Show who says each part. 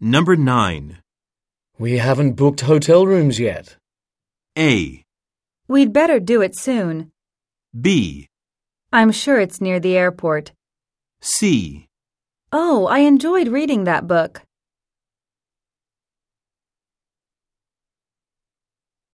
Speaker 1: Number 9.
Speaker 2: We haven't booked hotel rooms yet.
Speaker 1: A.
Speaker 3: We'd better do it soon.
Speaker 1: B.
Speaker 3: I'm sure it's near the airport.
Speaker 1: C.
Speaker 3: Oh, I enjoyed reading that book.